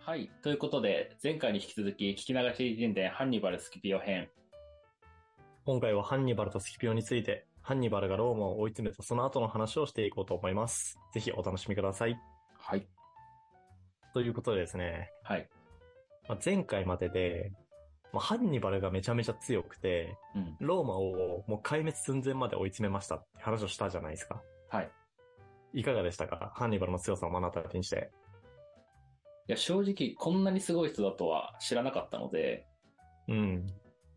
はい。ということで、前回に引き続き、聞き流し人伝ハンニバルスキピオ編。今回はハンニバルとスキピオについて、ハンニバルがローマを追い詰めたその後の話をしていこうと思います。ぜひお楽しみください。はい。ということでですね、はい。まあ、前回までで、まあ、ハンニバルがめちゃめちゃ強くて、うん。ローマをもう壊滅寸前まで追い詰めましたって話をしたじゃないですか。はい。いいかがでしたかハンニバルの強さを目の当たりにして。や、正直、こんなにすごい人だとは知らなかったので、うん。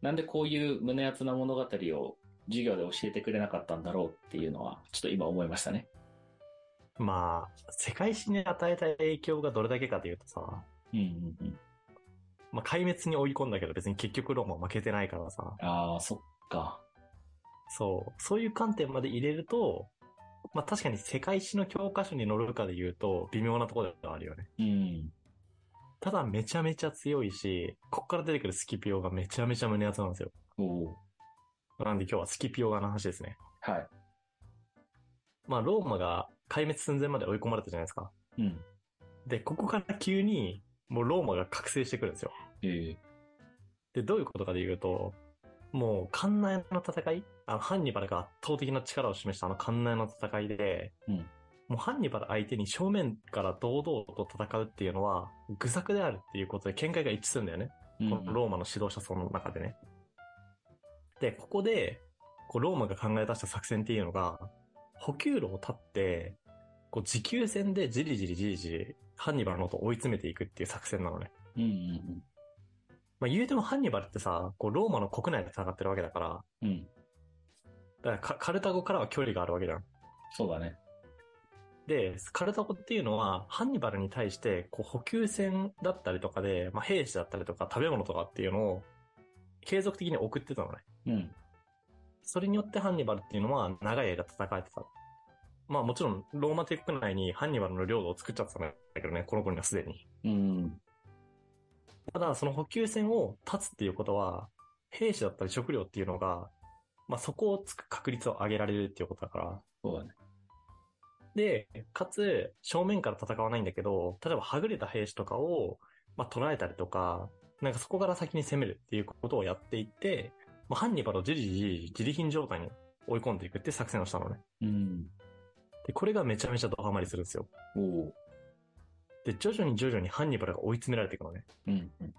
なんでこういう胸厚な物語を授業で教えてくれなかったんだろうっていうのは、ちょっと今思いましたね。まあ、世界史に与えた影響がどれだけかというとさ、うんうんうん。まあ、壊滅に追い込んだけど別に結局ローマは負けてないからさ、ああ、そっか。そう、そういう観点まで入れると、まあ確かに世界史の教科書に載るかで言うと微妙なところではあるよね。うん。ただめちゃめちゃ強いし、こっから出てくるスキピオがめちゃめちゃ胸厚なんですよ。おお。なんで今日はスキピオ側の話ですね。はまあローマが壊滅寸前まで追い込まれたじゃないですか。い。うん。で、ここから急にもうローマが覚醒してくるんですよ。ええで、どういうことかで言うと、もう、カンナエの戦いあの、ハンニバルが圧倒的な力を示したあのカンナエの戦いで、うんもうハンニバル相手に正面から堂々と戦うっていうのは、愚策であるっていうことで見解が一致するんだよね。うんこのローマの指導者層の中でね。で、ここで、こう、ローマが考え出した作戦っていうのが、補給路を立って、こう、持久戦でじりじりじりじり、ハンニバルのことを追い詰めていくっていう作戦なのね。うんうんまあ、言うてもハンニバルってさ、こう、ローマの国内で戦ってるわけだから、うん。うん。だからカカルタゴからは距離があるわけじゃん。そうだね。で、カルタゴっていうのは、ハンニバルに対して、こう、補給船だったりとかで、まあ、兵士だったりとか、食べ物とかっていうのを、継続的に送ってたのね。うん。それによってハンニバルっていうのは、長い間戦えてた。まあ、もちろん、ローマ帝国内にハンニバルの領土を作っちゃってたんだけどね、この頃にはすでに。うん。ただ、その補給線を立つっていうことは、兵士だったり食料っていうのが、まあ、そこをつく確率を上げられるっていうことだから。そうだね。で、かつ、正面から戦わないんだけど、例えばはぐれた兵士とかを、まあ、捉えたりとか、なんかそこから先に攻めるっていうことをやっていって、まあ、ハンニバルをじりじり自利品状態に追い込んでいくっていう作戦をしたのね。うん。で、これがめちゃめちゃドハマりするんですよ。おお。で、徐々に徐々にハンニバルが追い詰められていくのね。うんうん。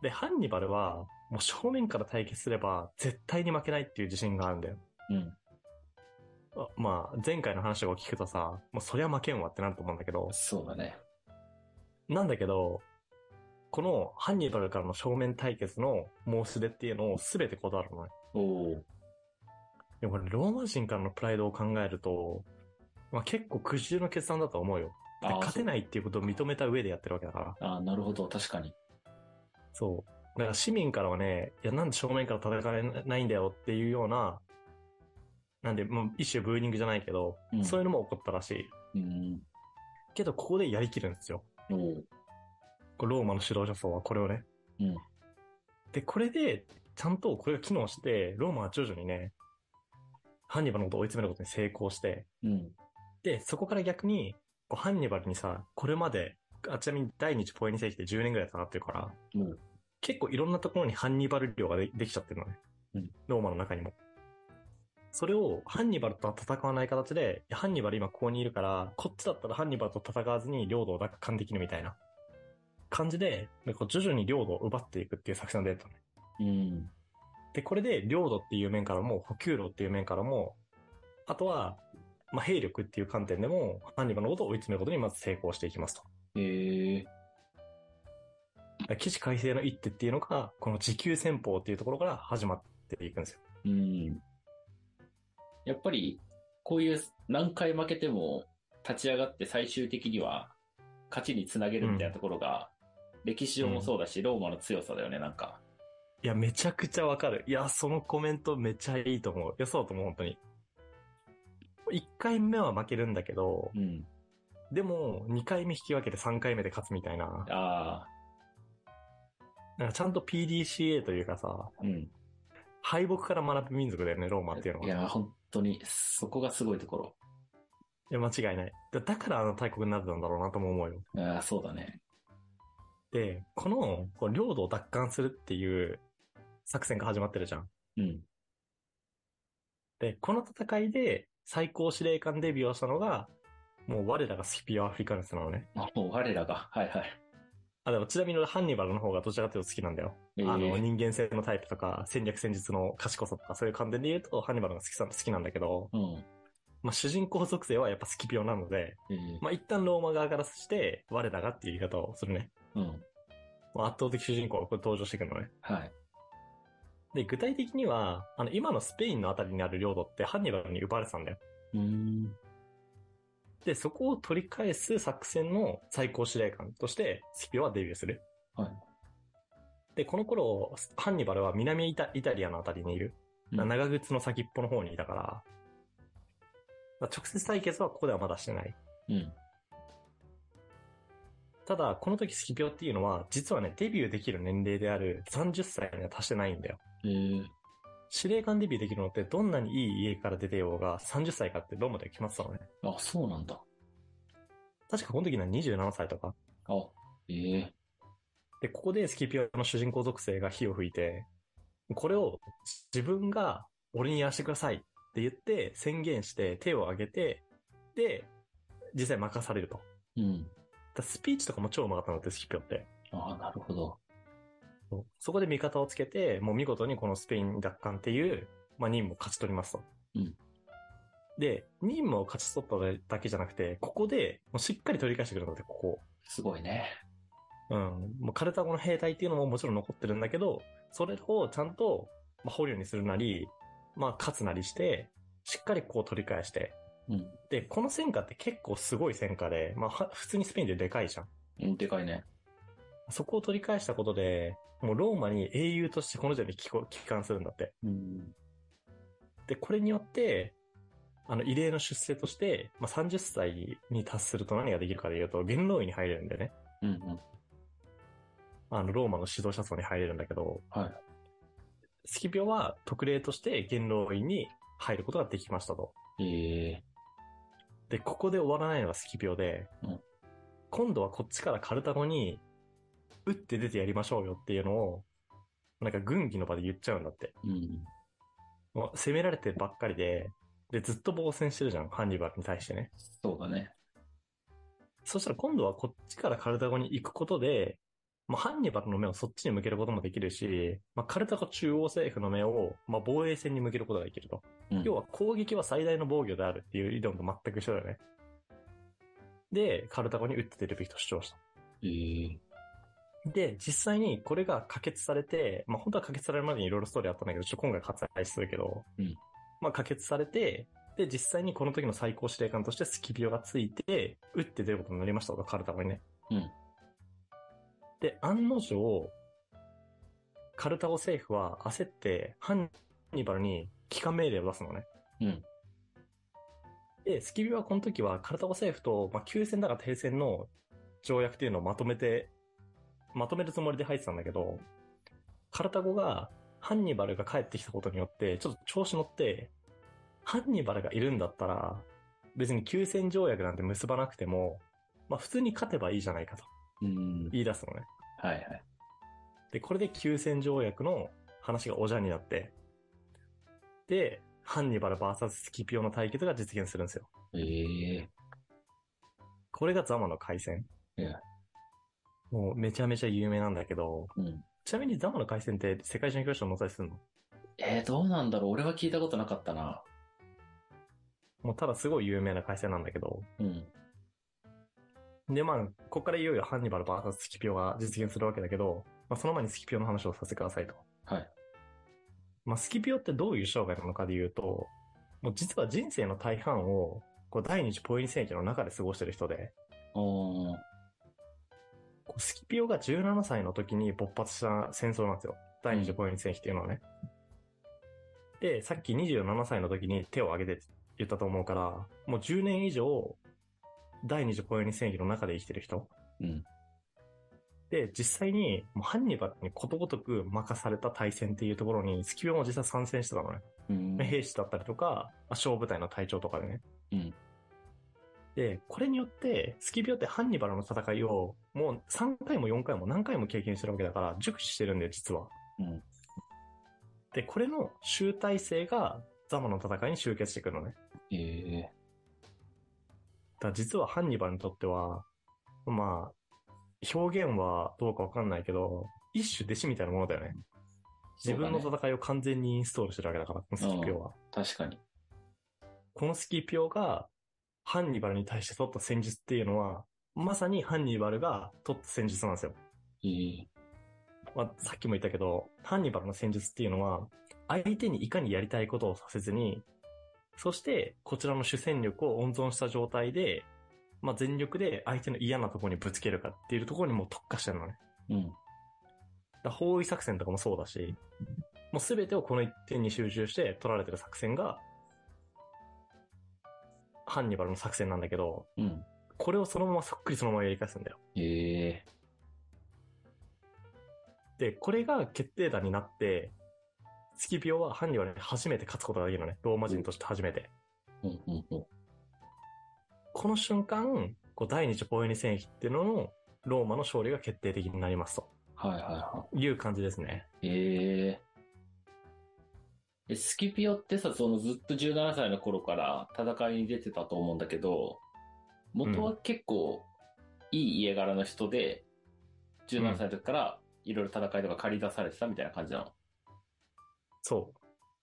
で、ハンニバルは、もう正面から対決すれば、絶対に負けないっていう自信があるんだよ。うん。あまあ、前回の話を聞くとさ、もうそりゃ負けんわってなると思うんだけど、そうだね。なんだけど、このハンニバルからの正面対決の申し出っていうのを全て断るのね。おお。でもこれ、ローマ人からのプライドを考えると、まあ結構苦渋の決断だと思うよ。で勝てい。ないっていうことを認めた上でやってるわけだから。あーなるほど。確かに。そう。だから市民からはね、いや、なんで正面から戦えないんだよっていうような、なんで、もう一種ブーニングじゃないけど、うんそういうのも起こったらしい。うん。けど、ここでやりきるんですよ。おお。こうローマの指導者層はこれをね。うん。で、これで、ちゃんとこれが機能して、ローマは徐々にね、ハンニバルのことを追い詰めることに成功して、うん。で、そこから逆に、こうハンニバルにさ、これまで、あちなみに第二次ポエニ世紀で10年ぐらい戦ってるから、うん結構いろんなところにハンニバル領がでできちゃってるのね。うんローマの中にも。それをハンニバルとは戦わない形で、いやハンニバル今ここにいるから、こっちだったらハンニバルと戦わずに領土を奪還できるみたいな感じで、でこう徐々に領土を奪っていくっていう作戦が出たのね。うん。で、これで領土っていう面からも、補給路っていう面からも、あとは、まあ、兵力っていう観点でも、ハンニバルのことを追い詰めることにまず成功していきますと。ええだから起死回生の一手っていうのが、この持久戦法っていうところから始まっていくんですよ。うん。やっぱり、こういう何回負けても立ち上がって最終的には勝ちにつなげるみたいなところが、歴史上もそうだし、ローマの強さだよね、なんか。いや、めちゃくちゃわかる。いや、そのコメントめっちゃいいと思う。いや、そうだと思う、本当に。1回目は負けるんだけど、うん。でも、2回目引き分けて3回目で勝つみたいな。ああ、なんかちゃんと PDCA というかさ、うん。敗北から学ぶ民族だよね、ローマっていうのは。いや、本当に、そこがすごいところ。いや、間違いない。だだからあの大国になってたんだろうなとも思うよ。ああ、そうだね。で、この、こう領土を奪還するっていう作戦が始まってるじゃん。うん。で、この戦いで最高司令官デビューをしたのが、もう我らがスピアアフリカヌスなのね。あ、もう我らが。はいはい。あ、でもちなみに俺ハンニバルの方がどちらかというと好きなんだよ。えーあの、人間性のタイプとか、戦略戦術の賢さとか、そういう観点で言うと、ハンニバルが好きさ好きなんだけど、うん。まあ、主人公属性はやっぱスキピオなので、えーまあ、一旦ローマ側からして、我らがっていう言い方をするね。うん。まあ圧倒的主人公がこれ登場してくるのね。はい。で、具体的には、あの、今のスペインのあたりにある領土ってハンニバルに奪われてたんだよ。うーん。で、そこを取り返す作戦の最高司令官として、スピオはデビューする。はいで、この頃、ハンニバルは南イタイタリアのあたりにいる。うん長靴の先っぽの方にいたから、まあ直接対決はここではまだしてない。うん。ただ、この時スキピオっていうのは、実はね、デビューできる年齢である30歳には達してないんだよ。えー司令官デビューできるのって、どんなにいい家から出てようが、30歳かってローマで決まってたのね。あ、そうなんだ。確かこの時には27歳とか。あ、ええで、ここでスキピオの主人公属性が火を吹いて、これを自分が俺にやらせてくださいって言って宣言して手を挙げて、で、実際任されると。だかうん。らスピーチとかも超うまかったのって、スキピオって。あなるほど。そうそこで味方をつけて、もう見事にこのスペイン奪還っていう、まあ、任務を勝ち取りますと。うんで、任務を勝ち取っただけじゃなくて、ここで、もうしっかり取り返してくるので、ここ。すごいね。うん。もうカルタゴの兵隊っていうのももちろん残ってるんだけど、それをちゃんと、まあ、捕虜にするなり、まあ、勝つなりして、しっかりこう取り返して。うんで、この戦果って結構すごい戦果で、まあ、は普通にスペインででかいじゃん。うん。でかいね。そこを取り返したことで、もうローマに英雄としてこの時代に帰国帰還するんだって。うん。で、これによって、あの、異例の出世として、まあ、30歳に達すると何ができるかで言うと、元老院に入れるんでね。うんうん。あの、ローマの指導者層に入れるんだけど、はい。スキピオは特例として元老院に入ることができましたと。ええで、ここで終わらないのがスキピオで、うん今度はこっちからカルタゴに、打って出てやりましょうよっていうのを、なんか軍議の場で言っちゃうんだって。うん。もう攻められてばっかりで、で、ずっと防戦してるじゃん、ハンニバルに対してね。そうだね。そしたら今度はこっちからカルタゴに行くことで、まあ、ハンニバルの目をそっちに向けることもできるし、まあ、カルタゴ中央政府の目を、まあ、防衛戦に向けることができると。うん、要は攻撃は最大の防御であるっていう理論と全く一緒だよね。で、カルタゴに打って出るべきと主張した。ええで、実際にこれが可決されて、まあ、本当は可決されるまでにいろいろストーリーあったんだけど、ちょっと今回割愛するけど、うんまあ、可決されて、で、実際にこの時の最高司令官としてスキビオがついて、撃って出ることになりましたと、カルタゴにね。うんで、案の定、カルタゴ政府は焦って、ハンニバルに帰化命令を出すのね。うんで、スキビオはこの時はカルタゴ政府と、まあ、休戦だか停戦の条約っていうのをまとめて、まとめるつもりで入ってたんだけど、カルタゴがハンニバルが帰ってきたことによって、ちょっと調子乗って、ハンニバルがいるんだったら、別に休戦条約なんて結ばなくても、まあ普通に勝てばいいじゃないかとうん。言い出すのね。はいはい。で、これで休戦条約の話がおじゃんになって、で、ハンニバル VS スキピオの対決が実現するんですよ。ええこれがザマの海戦。ええもうめちゃめちゃ有名なんだけど、うん。ちなみにザマの海戦って世界中の教師を載ったりするのえー、どうなんだろう俺は聞いたことなかったな。もうただすごい有名な海戦なんだけど。うん。で、まあ、ここからいよいよハンニバル VS スキピオが実現するわけだけど、まあその前にスキピオの話をさせてくださいと。はい。まあスキピオってどういう生涯なのかで言うと、もう実は人生の大半を、こう第二次ポエニ世紀の中で過ごしてる人で、おーこうスキピオが17歳の時に勃発した戦争なんですよ。第二次ポエニ戦記っていうのはね。で、さっき27歳の時に手を挙げてって言ったと思うから、もう10年以上、第二次ポエニ戦記の中で生きてる人。うんで、実際に、もうハンニバルにことごとく任された対戦っていうところに、スキピオも実際参戦してたのね。 うん。兵士だったりとか、まあ小部隊の隊長とかでね。うんで、これによって、スキビオってハンニバルの戦いを、もう3回も4回も何回も経験してるわけだから、熟知してるんだよ、実は。うんで、これの集大成が、ザマの戦いに集結してくるのね。ええだから実はハンニバルにとっては、まあ、表現はどうかわかんないけど、一種弟子みたいなものだよね。自分のそう戦いを完全にインストールしてるわけだから、このスキピオは。確かに。このスキピオが、ハンニバルに対して取った戦術っていうのは、まさにハンニバルが取った戦術なんですよ。ええまあ、さっきも言ったけど、ハンニバルの戦術っていうのは、相手にいかにやりたいことをさせずに、そして、こちらの主戦力を温存した状態で、まあ、全力で相手の嫌なところにぶつけるかっていうところにもう特化してるのね。うん。だから包囲作戦とかもそうだし、もうすべてをこの一点に集中して取られてる作戦が、ハンニバルの作戦なんだけど、うん。これをそのままそっくりそのままやり返すんだよ。ええで、これが決定打になって、スキピオはハンニバルに初めて勝つことができるのね。ローマ人として初めて。うんうんうん。この瞬間、こう第二次ポエニ戦役っていうのの、ローマの勝利が決定的になりますとはいはいはいう感じですね。い。えええ、スキピオってさ、そのずっと17歳の頃から戦いに出てたと思うんだけど、元は結構いい家柄の人で、17歳の時からいろいろ戦いとか借り出されてたみたいな感じなの。そ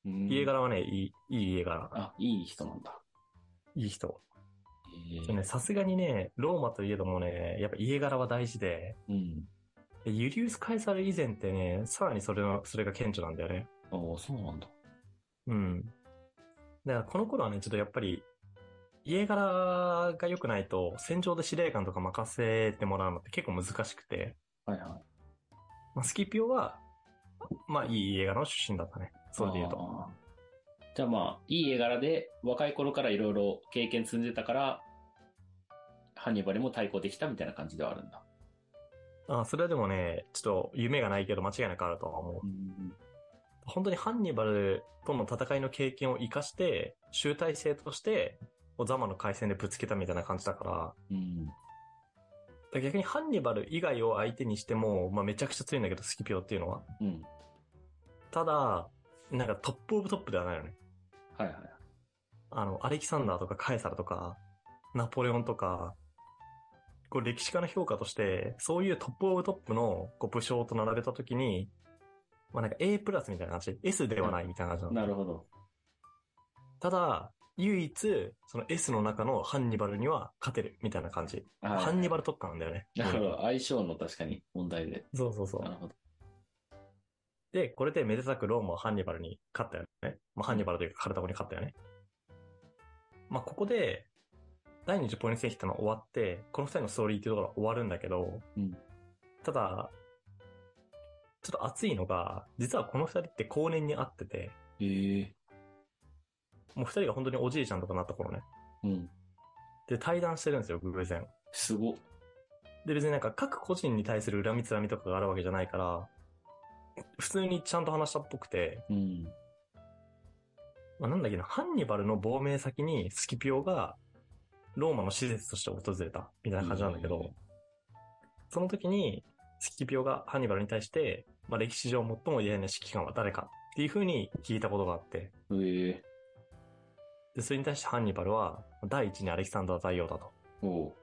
うんう。家柄はね、いい、いい家柄。あ、いい人なんだ。いい人。えでね、さすがにね、ローマといえどもね、やっぱ家柄は大事で、うん。でユリウス・カイサル以前ってね、さらにそれの、それが顕著なんだよね。ああ、そうなんだ。うん。だからこの頃はね、ちょっとやっぱり、家柄が良くないと、戦場で司令官とか任せてもらうのって結構難しくて、はいはい。まあ、スキピオは、まあいい家柄の出身だったね。それで言うと。あー。じゃあまあ、いい絵柄で、若い頃からいろいろ経験積んでたから、ハンニバルも対抗できたみたいな感じではあるんだ。あそれはでもね、ちょっと夢がないけど間違いなくあるとは思う。本当にハンニバルとの戦いの経験を活かして、集大成として、ザマの回戦でぶつけたみたいな感じだから、うん。だから逆にハンニバル以外を相手にしても、まあめちゃくちゃ強いんだけど、スキピオっていうのは。うん。ただ、なんかトップオブトップではないよね。はいはい。あの、アレキサンダーとかカエサルとか、ナポレオンとか、こう歴史家の評価として、そういうトップオブトップのこう武将と並べたときに、まあなんか A プラスみたいな感じ、S ではないみたいな感じななのるほど。ただ、唯一、その S の中のハンニバルには勝てるみたいな感じ。はいハンニバル特化なんだよね。なるほど。相性の確かに問題で。そうそうそうな。るほど。で、これでめでたくローマはハンニバルに勝ったよね。まあ、ハンニバルというかカルタゴに勝ったよね。まあ、ここで、第二次ポイント戦ってのは終わって、この二人のストーリーっていうところは終わるんだけど、うんただ、ちょっと熱いのが、実はこの二人って後年に会ってて、ええもう二人が本当におじいちゃんとかなった頃ね。うん。で、対談してるんですよ、偶然。すごっ。で、別になんか各個人に対する恨みつらみとかがあるわけじゃないから、普通にちゃんと話したっぽくて、うん。まあ、なんだっけな、ハンニバルの亡命先にスキピオがローマの施設として訪れたみたいな感じなんだけど、うんその時にスキピオがハンニバルに対して、まあ、歴史上最も偉大な指揮官は誰かっていう風に聞いたことがあって、ええで、それに対してハンニバルは、第一にアレキサンダー大王だと。おう。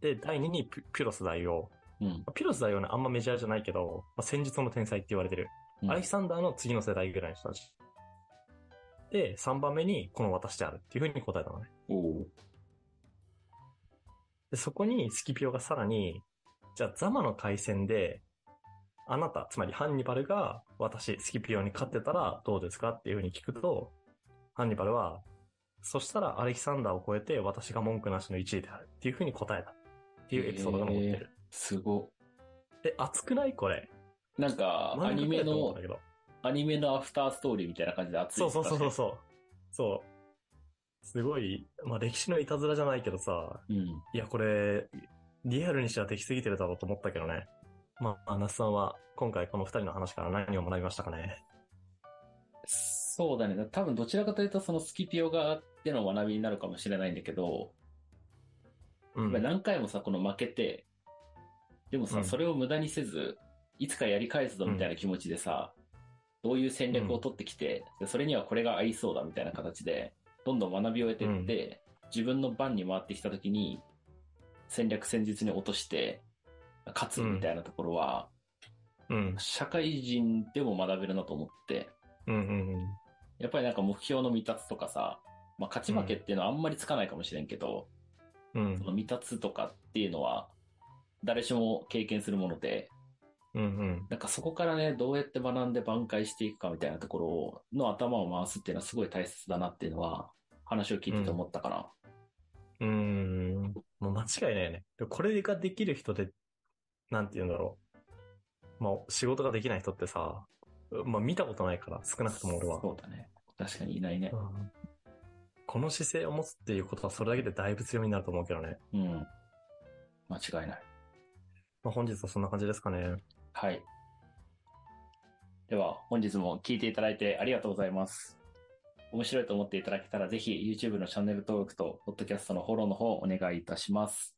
で、第二にピピュロス大王。うん。まあピュロス大王ね、あんまメジャーじゃないけど、まあ、戦術の天才って言われてる。うんアレキサンダーの次の世代ぐらいの人たち。で、3番目にこの私であるっていう風に答えたのね。おう。で、そこにスキピオがさらに、じゃあザマの対戦で、あなた、つまりハンニバルが私、スキピオに勝ってたらどうですかっていうふうに聞くと、ハンニバルは、そしたらアレキサンダーを超えて私が文句なしの1位であるっていうふうに答えたっていうエピソードが残ってる。すごっ。え、熱くないこれ。なんか、アニメの、漫画家だと思ったんだけどアニメのアフターストーリーみたいな感じで熱い。そうそうそうそうう。そう。そう。すごい、まあ歴史のいたずらじゃないけどさ、うん。いや、これ、リアルにしてはできすぎてるだろうと思ったけどね。まあ、那須さんは今回この二人の話から何を学びましたかね。そうだね。多分どちらかというと、そのスキピオがあっての学びになるかもしれないんだけど、うやっぱりん。何回もさ、この負けて、でもさ、うんそれを無駄にせず、いつかやり返すぞみたいな気持ちでさ、どういう戦略を取ってきて、でそれにはこれが合いそうだみたいな形で、どんどん学びを得てって、自分の番に回ってきた時に、戦略戦術に落として、勝つみたいなところは、うん。社会人でも学べるなと思って、うん。うん。やっぱりなんか目標の未達とかさ、まあ勝ち負けっていうのはあんまりつかないかもしれんけど、うんそ。の未達とかっていうのは、誰しも経験するもので、うん。うん。なんかそこからね、どうやって学んで挽回していくかみたいなところをの頭を回すっていうのはすごい大切だなっていうのは、話を聞いてて思ったから。うーん。もう間違いないよね。でこれができる人で、なんて言うんだろう。まあ、仕事ができない人ってさ、まあ見たことないから、少なくとも俺は。そうだね。確かにいないね。うんこの姿勢を持つっていうことはそれだけでだいぶ強みになると思うけどね。うん。間違いない。まあ本日はそんな感じですかね。はい。では、本日も聞いていただいてありがとうございます。面白いと思っていただけたら、ぜひ YouTube のチャンネル登録と、ポッドキャストのフォローの方お願いいたします。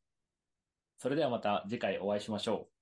それではまた次回お会いしましょう。